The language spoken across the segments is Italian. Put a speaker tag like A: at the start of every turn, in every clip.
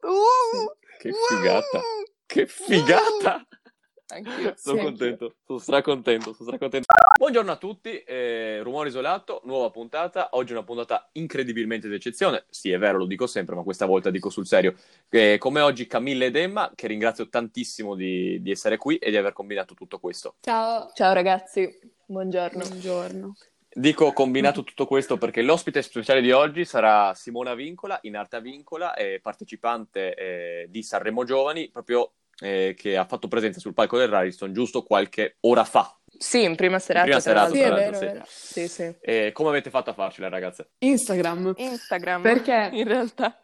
A: Uh,
B: Che figata.
A: uh,
B: Che figata.
A: Anch'io.
B: Sono
A: sì, anch'io.
B: contento, sono stracontento, sono stracontento. Buongiorno a tutti, eh, Rumore Isolato, nuova puntata. Oggi è una puntata incredibilmente d'eccezione. Sì, è vero, lo dico sempre, ma questa volta dico sul serio. Eh, come oggi Camilla ed Emma, che ringrazio tantissimo di, di essere qui e di aver combinato tutto questo.
C: Ciao,
A: Ciao ragazzi, buongiorno.
C: buongiorno.
B: Dico combinato tutto questo perché l'ospite speciale di oggi sarà Simona Vincola, in Arta Vincola, eh, partecipante eh, di Sanremo Giovani, proprio eh, che ha fatto presenza sul palco del Radisson giusto qualche ora fa.
A: Sì, in prima serata.
B: prima
A: tra
B: serata,
A: l'altro.
C: Sì, è
B: tra
C: vero,
B: l'altro,
C: è
B: sì.
C: vero.
A: Sì, sì.
B: Eh, come avete fatto a farcela, ragazze?
C: Instagram.
A: Instagram.
C: Perché
A: In realtà.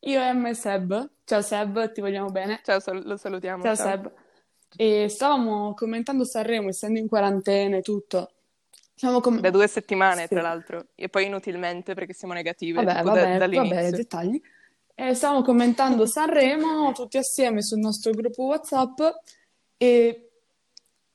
C: io, Emma e Seb, ciao Seb, ti vogliamo bene.
A: Ciao, sal- lo salutiamo.
C: Ciao Seb. E stavamo commentando Sanremo, essendo in quarantena e tutto. Stavamo com-
A: Da due settimane,
C: Sì.
A: tra l'altro. E poi inutilmente perché siamo negative
C: Vabbè,
A: tipo, ecco, da-
C: vabbè,
A: dall'inizio.
C: vabbè, dettagli. E Eh, stavamo commentando Sanremo tutti assieme sul nostro gruppo WhatsApp e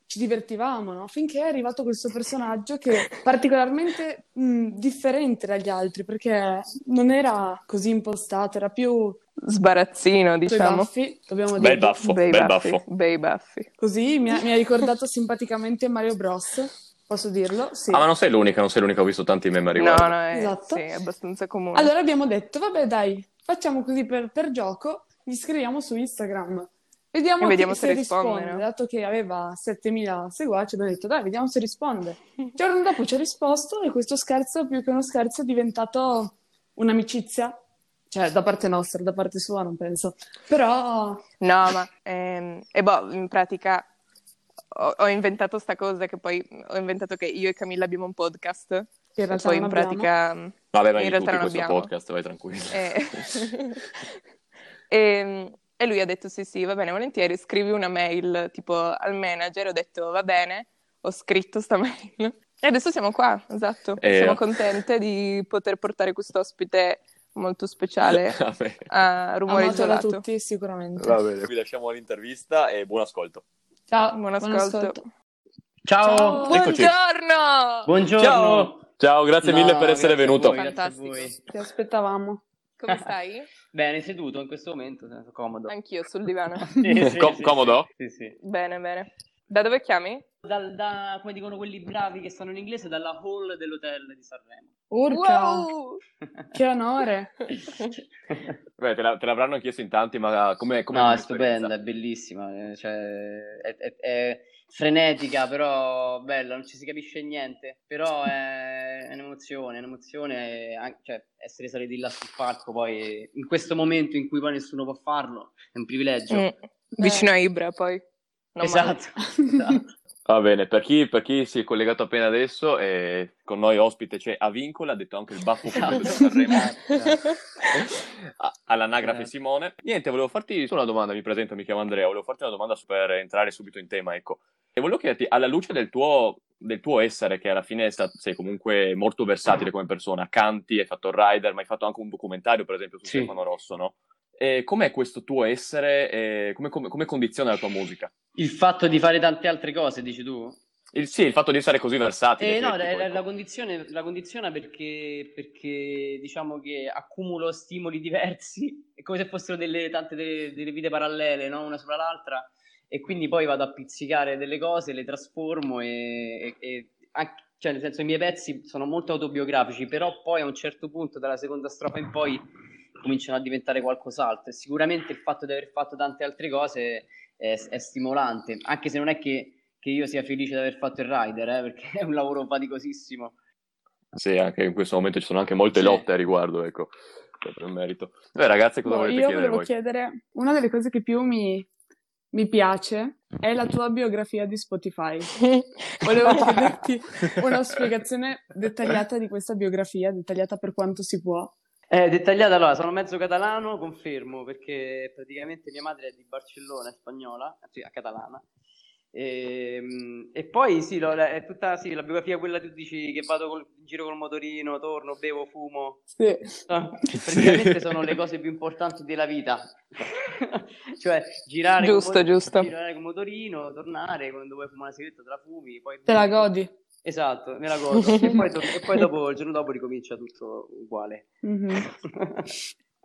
C: ci divertivamo, no? Finché è arrivato questo personaggio che è particolarmente mh, differente dagli altri perché non era così impostato, era più
A: Sbarazzino,
C: coi
A: diciamo.
C: baffi, dobbiamo
B: Bel
C: dire.
B: baffo,
A: Bei
B: bel
A: baffi,
B: baffo.
A: Bei baffi.
C: Così mi ha, mi ha ricordato simpaticamente Mario Bros. Posso dirlo? Sì.
B: Ah, ma non sei l'unica, non sei l'unica, ho visto tanti meme a
A: No,
B: riguardo.
A: no, è,
C: Esatto.
A: sì, è abbastanza comune.
C: Allora abbiamo detto, vabbè dai, facciamo così per, per gioco, gli scriviamo su Instagram. Vediamo,
A: E vediamo
C: chi-
A: se
C: se,
A: risponde,
C: risponde,
A: no?
C: dato che aveva 7000 seguaci, abbiamo detto dai, vediamo se risponde. Il giorno dopo ci ha risposto e questo scherzo, più che uno scherzo, è diventato un'amicizia. Cioè, da parte nostra, da parte sua, non penso. Però,
A: No, ma ehm, e boh, in pratica ho, ho inventato sta cosa che poi ho inventato che io e Camilla abbiamo un podcast.
C: in
A: e
C: realtà,
A: poi in
C: non abbiamo.
A: pratica mm,
B: Vabbè, vai
A: in
B: in
A: realtà
B: tutti
A: non
B: questo
A: abbiamo.
B: podcast, vai tranquillo.
A: eh, e, e lui ha detto sì, sì, va bene, volentieri, scrivi una mail tipo al manager, ho detto va bene, ho scritto sta mail. E adesso siamo qua, esatto.
B: Eh.
A: Siamo contente di poter portare questo ospite molto speciale
B: Vabbè.
A: a Rumore
C: Amato da
A: Isolato.
C: tutti, sicuramente.
B: Va bene, qui lasciamo l'intervista e buon ascolto.
C: Ciao,
A: Buon ascolto.
D: Ciao,
C: Ciao.
B: Eccoci.
A: Buongiorno!
D: buongiorno.
B: Ciao, ciao, grazie
D: No,
B: mille per essere
D: grazie a
B: venuto.
D: voi, grazie a
A: Fantastico.
D: voi.
C: Ti aspettavamo.
A: Come stai?
D: Bene, seduto in questo momento, sono comodo.
A: Anch'io sul divano.
D: Sì, sì,
B: Com-
D: sì,
B: comodo?
D: Sì, sì.
A: Bene, bene. Da dove chiami?
D: Dal- da- come dicono quelli bravi che stanno in inglese, dalla hall dell'hotel di Sanremo.
C: Urca,
A: Wow!
C: che onore.
B: Beh, te, la- te l'avranno chiesto in tanti, ma come come
D: no, è
B: come
D: stupenda,
B: esperienza?
D: è bellissima, eh, cioè, è, è- è frenetica, però bella, non ci si capisce niente, però è, è un'emozione, è un'emozione, eh, an- cioè, essere saliti là sul palco, poi in questo momento in cui poi nessuno può farlo, è un privilegio.
A: Mm, Vicino a Ibra, poi. Non male.
D: esatto, esatto.
B: Va bene, per chi, per chi si è collegato appena adesso, eh, con noi ospite c'è Avincola, ha detto anche il baffo
D: Ciao.
B: completo di Sanremo. A-
D: Eh.
B: all'anagrafe Simone. Niente, volevo farti solo una domanda, mi presento, mi chiamo Andrea, volevo farti una domanda su- per entrare subito in tema, ecco. E volevo chiederti, alla luce del tuo, del tuo essere, che alla fine sta- sei comunque molto versatile come persona, canti, hai fatto rider, ma hai fatto anche un documentario, per esempio, su
D: Sì.
B: Stefano Rosso, no? E com'è questo tuo essere, e come, come- come condiziona la tua musica?
D: Il fatto di fare tante altre cose, dici tu?
B: Il, sì, il fatto di essere così versatile.
D: Eh, no,
B: eclettico,
D: la, la-
B: ecco.
D: la condizione, la condiziona perché, perché diciamo che accumulo stimoli diversi, è come se fossero delle, tante delle, delle vite parallele, no? una sopra l'altra, e quindi poi vado a pizzicare delle cose, le trasformo e, e- e anche- cioè, nel senso i miei pezzi sono molto autobiografici, però poi a un certo punto, dalla seconda strofa in poi, cominciano a diventare qualcos'altro. E Sicuramente il fatto di aver fatto tante altre cose è, è stimolante, anche se non è che che io sia felice di aver fatto il rider, eh, perché è un lavoro faticosissimo.
B: Sì, anche in questo momento ci sono anche molte
D: Sì.
B: lotte a riguardo, ecco, per il merito. Beh, ragazzi, cosa
C: Boh,
B: volete
C: io
B: chiedere
C: volevo
B: voi?
C: chiedere, una delle cose che più mi, mi piace è la tua biografia di Spotify. Volevo chiederti una spiegazione dettagliata di questa biografia, dettagliata per quanto si può.
D: Eh, dettagliata allora, sono mezzo catalano, confermo, perché praticamente mia madre è di Barcellona, è spagnola, anzi, è catalana. Ehm, E, poi sì, lo- è tutta sì, la biografia quella che tu dici che vado col, in giro col motorino, torno, bevo, fumo.
C: Sì.
D: No,
B: Sì.
D: praticamente sono le cose più importanti della vita. cioè girare col
A: Giusto,
D: mot-
A: giusto.
D: girare col motorino, tornare, quando vuoi fumare una sigaretta te la fumi, poi
C: Te la godi.
D: Esatto, me la godo. e, poi do- e poi Mhm. dopo, il giorno dopo ricomincia tutto uguale.
C: Mhm.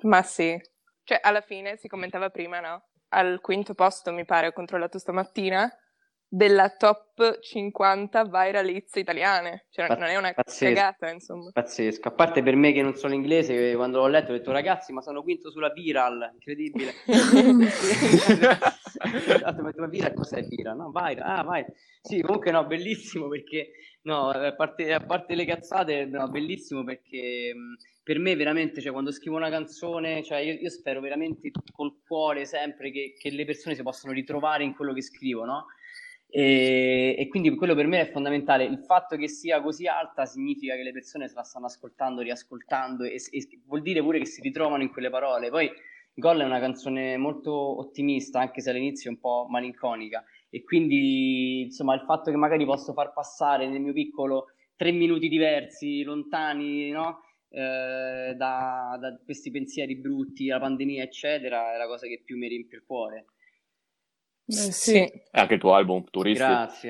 A: Ma sì, Cioè, alla fine si commentava prima, no? Al quinto posto, mi pare, ho controllato stamattina, della top 50 viral hits italiane. Cioè,
D: Pazz-
A: non è una
D: pazzesco.
A: cagata, insomma.
D: Pazzesco, a parte per me che non sono inglese, eh, quando l'ho letto ho detto ragazzi, ma sono quinto sulla viral, incredibile.
C: Eh,
D: Esatto, ho detto, ma viral cos'è viral? No, viral, ah, vai. Sì, comunque no, bellissimo perché, no, a parte, a parte le cazzate, no, bellissimo perché mh, per me veramente, cioè, quando scrivo una canzone, cioè, io, io spero veramente col cuore sempre che, che le persone si possano ritrovare in quello che scrivo, no? E, e quindi quello per me è fondamentale. Il fatto che sia così alta significa che le persone se la stanno ascoltando, riascoltando, e, e vuol dire pure che si ritrovano in quelle parole. Poi Gol è una canzone molto ottimista, anche se all'inizio è un po' malinconica. E quindi, insomma, il fatto che magari posso far passare nel mio piccolo tre minuti diversi, lontani, no? Eh, da, da questi pensieri brutti, la pandemia, eccetera, è la cosa che più mi riempie il cuore.
C: Eh,
B: E anche il tuo album, Turisti.
D: Grazie.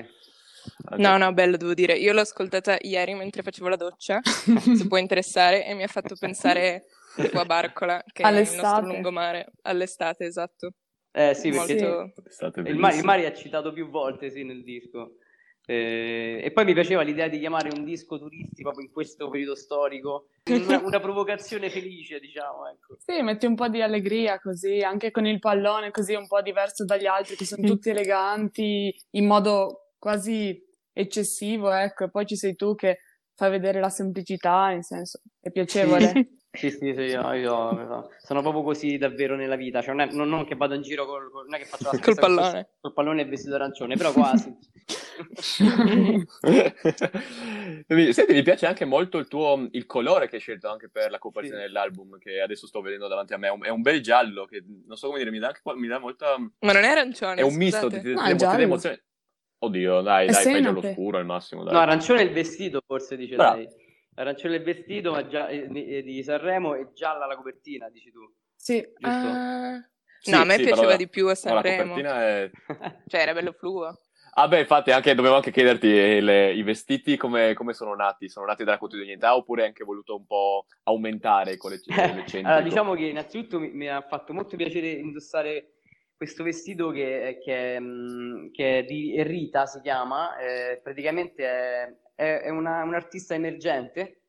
B: Anche-
A: No, no, bello, devo dire. Io l'ho ascoltata ieri mentre facevo la doccia, se può interessare, e mi ha fatto pensare un po' a Barcola, che è il
C: All'estate.
A: nostro lungomare. All'estate, esatto.
D: Eh sì, perché
A: Molto...
C: Sì.
B: È stato
D: Il
B: bellissimo.
D: Mari, il Mari ha citato più volte sì, nel disco. Eh, e poi mi piaceva l'idea di chiamare un disco turisti proprio in questo periodo storico. Una, una provocazione felice, diciamo. Ecco.
C: Sì, metti un po' di allegria così, anche con il pallone così un po' diverso dagli altri, che sono tutti eleganti, in modo quasi eccessivo, ecco, e poi ci sei tu che fai vedere la semplicità, in senso, è piacevole.
D: Sì, sì, sì, io, io- sono proprio così davvero nella vita. Cioè, non, è, non- non che vado in giro col, col- non è che faccio la
A: Col
D: stessa cosa-
A: pallone.
D: col pallone e vestito arancione, però quasi.
B: Mi- Senti, mi piace anche molto il tuo il colore che hai scelto anche per la copertina
D: Sì.
B: dell'album, che adesso sto vedendo davanti a me. È un, è un bel giallo che non so come dire, mi dà, anche, mi dà molta.
A: Ma non è arancione,
B: È un misto di,
A: scusate.
B: di-
C: No,
B: di emo-
C: giallo.
B: di emozioni. Oddio, dai,
C: È
B: dai, fai giallo
C: senape.
B: scuro al massimo. Dai.
D: No, arancione è il vestito, forse dice
B: Bravo.
D: lei. Arancione è il vestito ma gia- eh, eh, di Sanremo e gialla la copertina, dici tu.
C: Sì.
D: Giusto?
A: Ah.
B: Sì,
A: no, a me
B: sì,
A: piaceva
B: però la-
A: di più a
B: no, la
A: Sanremo.
B: copertina è...
A: Cioè, era bello fluo.
B: Ah beh, infatti anche, dovevo anche chiederti eh, le- i vestiti come, come sono nati? Sono nati dalla quotidianità oppure hai anche voluto un po' aumentare con le, le centriche?
D: Allora, diciamo che innanzitutto mi, mi ha fatto molto piacere indossare questo vestito che, che è, mm, che è di Rita, si chiama, eh, praticamente è, è- è una- un'artista emergente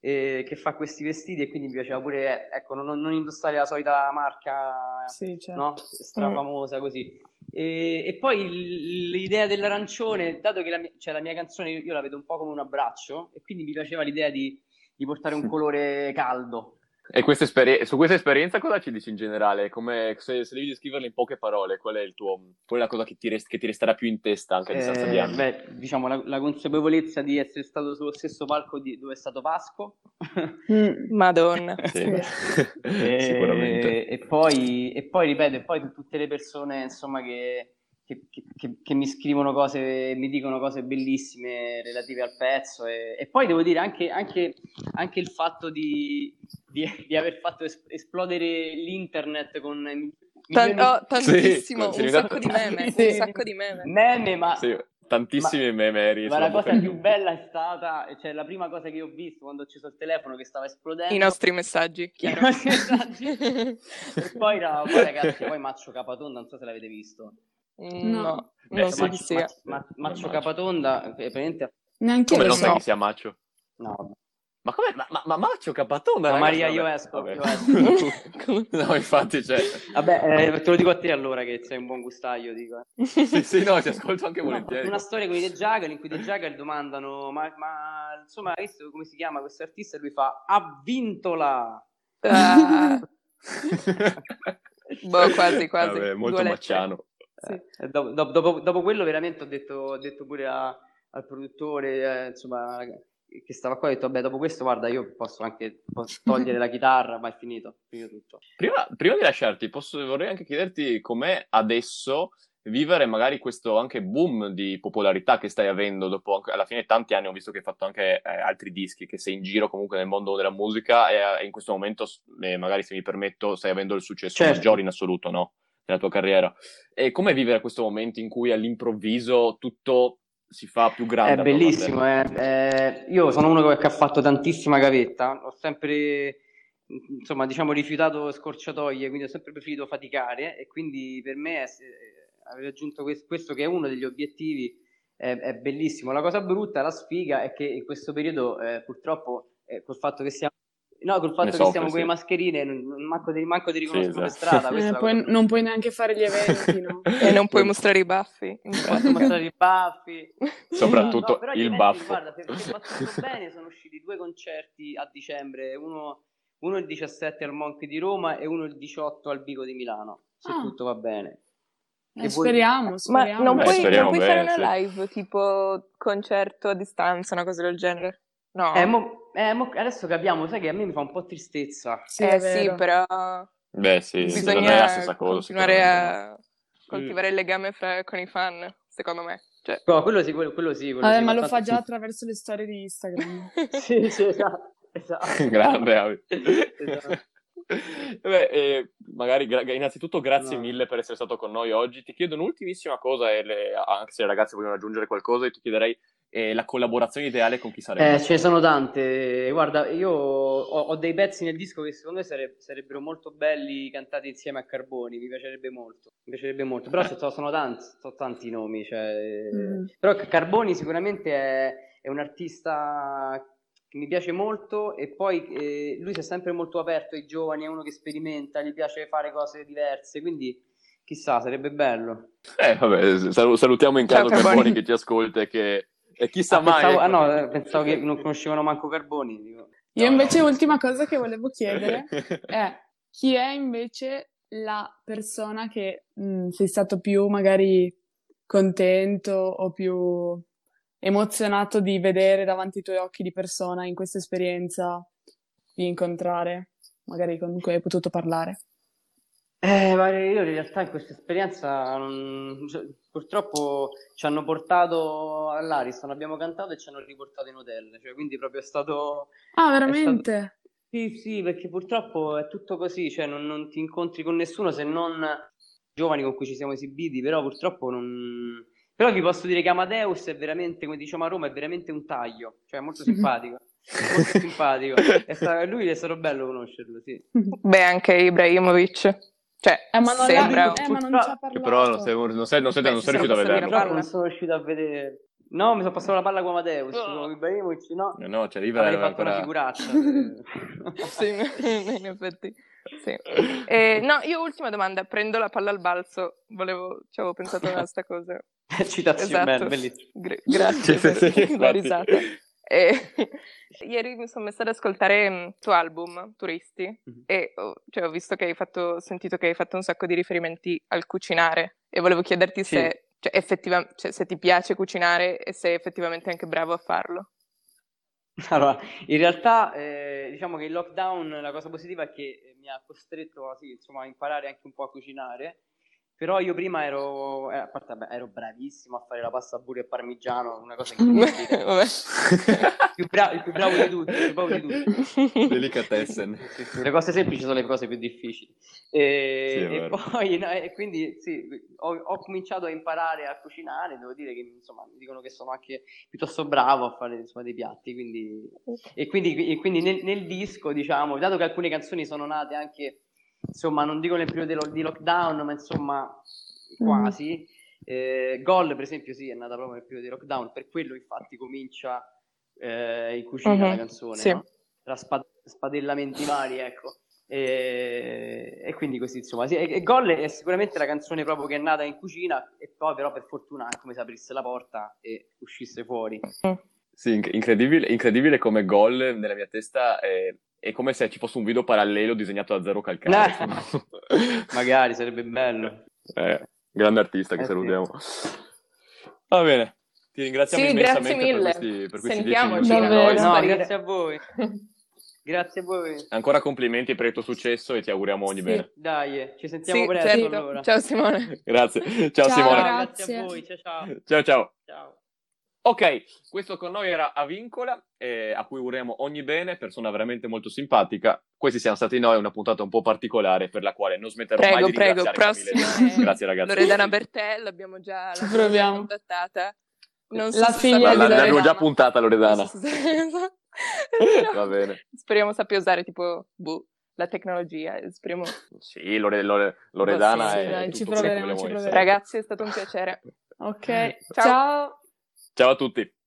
D: eh, che fa questi vestiti e quindi mi piaceva pure, eh, ecco, non, non indossare la solita marca
C: Sì, certo.
D: no? strafamosa così. E, e poi il- l'idea dell'arancione, dato che la mia, cioè, la mia canzone io, io la vedo un po' come un abbraccio, e quindi mi piaceva l'idea di, di portare un colore caldo.
B: E questa esperi- su questa esperienza cosa ci dici in generale? Come, se, se devi descriverla in poche parole, qual è, il tuo, qual è la cosa che ti, rest- che ti resterà più in testa anche a distanza di
D: Eh,
B: anni?
D: beh, diciamo la, la consapevolezza di essere stato sullo stesso palco di- dove è stato Vasco.
C: Mm.
A: Madonna.
B: Sì.
D: E-
B: Eh, Sicuramente.
D: E poi, e poi, ripeto, e poi tutte le persone insomma che, che- che- che- che mi scrivono cose, mi dicono cose bellissime relative al pezzo. E, e poi devo dire anche, anche- anche il fatto di, di- di aver fatto es- esplodere l'internet con milioni
A: Tan-
D: di
A: oh, tantissimo,
B: sì,
A: un
B: sì.
A: sacco di meme,
C: Sì.
A: un sacco di meme.
D: meme, ma
B: Sì, tantissimi meme eri.
D: Ma la cosa più bella è stata, cioè la prima cosa che io ho visto quando ho acceso il telefono che stava esplodendo.
B: Eh.
A: I nostri messaggi,
D: I
A: chiaro.
D: nostri
B: Esatto.
D: messaggi. e poi, no, poi ragazzi, poi Maccio Capatonda, non so se l'avete visto.
A: Mm,
D: Cioè,
A: No,
C: No.
B: Beh,
A: non
B: se
A: so
B: ma-
A: chi
D: Maccio,
A: sia.
D: Mac- Ma- Maccio
B: Maccio.
D: Capatonda, eh, praticamente...
C: Neanche
B: Come
C: io
B: non
C: so.
B: sai chi sia Maccio?
D: No, vabbè.
B: Ma come? Ma, ma, ma Maccio Capatonda?
D: No,
B: ragazzi,
D: Maria,
B: vabbè.
D: io esco,
B: Vabbè.
D: io esco.
B: no, infatti, cioè...
D: Vabbè, eh, te lo dico a te allora che sei un buon gustaio, dico. eh.
B: Sì, sì, no, ti ascolto anche
D: No,
B: volentieri.
D: una storia con i De Jagal in cui i De Jagal domandano ma, ma, insomma, hai visto come si chiama questo artista? E lui fa, ha vinto la...
A: Ah, boh, quasi, quasi.
B: Vabbè, molto
A: Due lettere.
B: macciano.
D: Eh, e dopo, dopo- dopo- dopo quello veramente ho detto, ho detto pure a- al produttore, eh, insomma, che stava qua, ho detto, vabbè, dopo questo, guarda, io posso anche posso togliere la chitarra, ma è finito, è finito tutto.
B: Prima, prima di lasciarti, posso- vorrei anche chiederti com'è adesso vivere magari questo anche boom di popolarità che stai avendo dopo anche- alla fine tanti anni ho visto che hai fatto anche eh, altri dischi che sei in giro comunque nel mondo della musica e, eh, in questo momento s- eh, magari se mi permetto stai avendo il successo
D: Certo.
B: maggiore in assoluto no? nella tua carriera e com'è vivere questo momento in cui all'improvviso tutto si fa più grande
D: È
B: attorno a te?
D: bellissimo, eh. Eh, io sono uno che ha fatto tantissima gavetta, ho sempre insomma, diciamo, rifiutato scorciatoie, quindi ho sempre preferito faticare e quindi per me è- è- aver raggiunto quest- questo che è uno degli obiettivi è, è bellissimo. La cosa brutta, la sfiga è che in questo periodo eh, purtroppo eh, col fatto che siamo No, col fatto
B: Ne
D: che
B: soffre,
D: siamo con le
B: sì.
D: mascherine, non- non- manco, ti, manco ti riconoscono per
B: esatto.
D: strada. questa è
C: Eh,
D: la
C: poi
D: cosa
C: non puoi neanche fare gli eventi, no?
A: E non puoi mostrare i
B: Eh,
A: baffi.
D: posso mostrare i baffi.
B: Soprattutto
D: però gli
B: il
D: eventi,
B: baffo.
D: Guarda, se, se va tutto bene, sono usciti due concerti a dicembre, uno, uno il 17 al Monchi di Roma e uno il 18 al Bico di Milano, se
C: Ah.
D: tutto va bene.
C: Eh,
D: E voi-
C: speriamo,
A: Ma
C: speriamo.
A: non
B: Eh,
A: puoi,
B: speriamo
A: non puoi
B: bene,
A: fare una
B: sì.
A: live tipo concerto a distanza, una cosa del genere? No.
C: Ah.
D: Eh, mo- eh, mo- adesso capiamo, sai che a me mi fa un po' tristezza.
C: Sì,
A: Eh,
C: è
A: sì,
C: vero.
A: però
B: Beh, sì, non è la
A: bisogna
B: stessa cosa.
A: continuare
B: sicuramente.
A: a coltivare il legame fra- con i fan, secondo me. Cioè,
D: No, quello sì, quello, quello sì. quello
C: Vabbè,
D: sì,
C: ma lo fa
D: tanto-
C: già attraverso le storie di Instagram.
B: Mm.
D: Sì, sì, esatto. esatto.
B: Grande, Avi.
D: Esatto.
B: Beh, eh, magari gra- innanzitutto grazie
D: No.
B: mille per essere stato con noi oggi. Ti chiedo un'ultimissima cosa, e le- anche se le ragazze vogliono aggiungere qualcosa, io ti chiederei eh, la collaborazione ideale con chi sarebbe.
D: Eh, ce ne sono tante. Guarda, io ho, ho dei pezzi nel disco che secondo me sare- sarebbero molto belli cantati insieme a Carboni. Mi piacerebbe molto. Mi piacerebbe molto. Però ci sono, sono tanti, sono tanti i nomi. Cioè...
C: Mm.
D: Però Carboni sicuramente è, è un artista che mi piace molto e poi eh, lui si è sempre molto aperto ai giovani, è uno che sperimenta, gli piace fare cose diverse, quindi chissà, sarebbe bello.
B: Eh, vabbè, sal- salutiamo in caso
A: Ciao, Carboni.
B: Carboni che ci ascolta e che... E chissà
D: Ah, pensavo,
B: mai... ecco.
D: ah, no, eh, pensavo che non conoscevano manco Carboni. dico.
C: Io
B: No,
C: invece
B: no.
C: l'ultima cosa che volevo chiedere è Eh, chi è invece la persona che mh, sei stato più magari contento o più emozionato di vedere davanti ai tuoi occhi di persona in questa esperienza di incontrare, magari con cui hai potuto parlare.
D: Eh, ma io in realtà in questa esperienza non- cioè, purtroppo ci hanno portato all'Ariston, abbiamo cantato e ci hanno riportato in hotel, cioè, quindi proprio è stato...
C: Ah,
D: veramente?
C: veramente?
D: Sì, sì, perché purtroppo è tutto così, cioè non, non ti incontri con nessuno se non giovani con cui ci siamo esibiti, però purtroppo non... Però vi posso dire che Amadeus è veramente, come diciamo a Roma, è veramente un taglio, cioè è molto simpatico, molto simpatico. È sta- Lui è stato bello conoscerlo, sì.
A: beh, anche Ibrahimovic. Cioè,
C: Eh, ma non,
A: sembra...
C: l'ha- eh, ma non ci ha parlato.
B: Però non sei, non sei, non sei-
A: Beh,
B: non
A: ci
B: sei riuscito
A: sono
B: a
A: passati
B: vederlo.
A: la
D: Purtroppo
A: palla?
D: non sono riuscito a vedere... Oh. No, mi sono passato la palla con Amadeus, con Ibrahimovic, no?
B: Eh No, cioè, River
D: Avrei
B: era
D: fatto una
B: ancora...
D: figuraccia.
A: Sì, in effetti. Sì. Eh, no, io ultima domanda, prendo la palla al balzo, volevo, ci avevo pensato a questa cosa.
D: Citazione,
A: Esatto.
D: bello, bellissimo.
A: Gra- grazie
B: Sì,
A: per
B: sì, sì,
A: la
B: infatti.
A: risata. E- ieri mi sono messa ad ascoltare mh, il tuo album, Turisti,
D: Mhm.
A: e ho, cioè, ho visto che hai fatto, ho sentito che hai fatto un sacco di riferimenti al cucinare e volevo chiederti
D: Sì.
A: se, cioè, effettiva- cioè, se ti piace cucinare e se effettivamente anche bravo a farlo.
D: Allora, in realtà eh, diciamo che il lockdown, la cosa positiva è che mi ha costretto sì, insomma, a imparare anche un po' a cucinare, però io prima ero, eh, a parte, vabbè, ero bravissimo a fare la pasta burro e parmigiano, una cosa incredibile,
A: Vabbè.
D: più bra- il più bravo di tutti, il più bravo di tutti.
B: Delicatessen.
D: Sì, sì, Le cose semplici sono le cose più difficili. E,
B: Sì, è
D: e
B: vero.
D: poi, no, e quindi sì, ho, ho cominciato a imparare a cucinare, devo dire che insomma, mi dicono che sono anche piuttosto bravo a fare insomma, dei piatti, quindi e quindi, e quindi nel, nel disco, diciamo, dato che alcune canzoni sono nate anche, insomma, non dico nel periodo dello- di lockdown, ma insomma, quasi. Eh, Gol, per esempio, sì, è nata proprio nel periodo di lockdown, per quello infatti comincia eh, in cucina
A: Mhm,
D: la canzone,
A: sì.
D: no? tra spa- spadellamenti vari, ecco. E, e quindi così insomma sì, e, e Gol è sicuramente la canzone proprio che è nata in cucina e poi però per fortuna anche come si aprisse la porta e uscisse fuori
B: Sì, inc- incredibile, incredibile come gol nella mia testa è, è come se ci fosse un video parallelo disegnato da zero calcare.
D: magari sarebbe bello
B: Eh, grande artista che
D: Eh sì.
B: salutiamo. Va bene, ti ringraziamo
A: Sì,
B: immensamente
A: grazie mille.
B: per questi, per questi dieci
A: Sentiamoci.
B: minuti con
C: Davvero.
B: noi.
C: No,
D: No,
A: sparire.
D: grazie a voi. Grazie a voi.
B: Ancora complimenti per il tuo successo e ti auguriamo ogni
C: Sì.
B: bene.
D: Dai, eh, ci sentiamo
A: Sì,
D: presto
A: certo.
D: allora.
A: Ciao Simone.
B: Grazie, ciao,
C: Ciao.
B: Simone.
D: Ciao, grazie a
C: Grazie.
D: voi. Ciao, ciao.
B: Ciao ciao.
D: ciao.
B: Ok, questo con noi era Avincola, eh, a cui auguriamo ogni bene, persona veramente molto simpatica. Questi siamo stati noi, una puntata un po' particolare per la quale non smetterò mai
A: Prego,
B: di
A: prego,
B: ringraziare
A: prossima.
B: Camille.
C: Eh,
A: è
B: Grazie ragazzi.
A: Loredana Bertè, l'abbiamo già
C: Ci proviamo.
A: contattata. Non
C: La
A: se
C: figlia
A: saprà-
C: di
B: L'hanno
C: Loredana.
B: già puntata Loredana.
A: Non so se- esatto.
B: Va bene.
A: Speriamo sappia usare tipo boh, la tecnologia, esprimo.
B: Sì, Lore- Lore- Loredana
C: Ma sì, sì,
B: è
C: dai,
B: tutto
C: ci
B: quello che
C: proveremo,
B: vogliamo
C: ci
B: essere.
C: proveremo.
A: Ragazzi, è stato un piacere.
C: Ok,
A: Ciao.
C: Eh, ciao.
B: Ciao a tutti.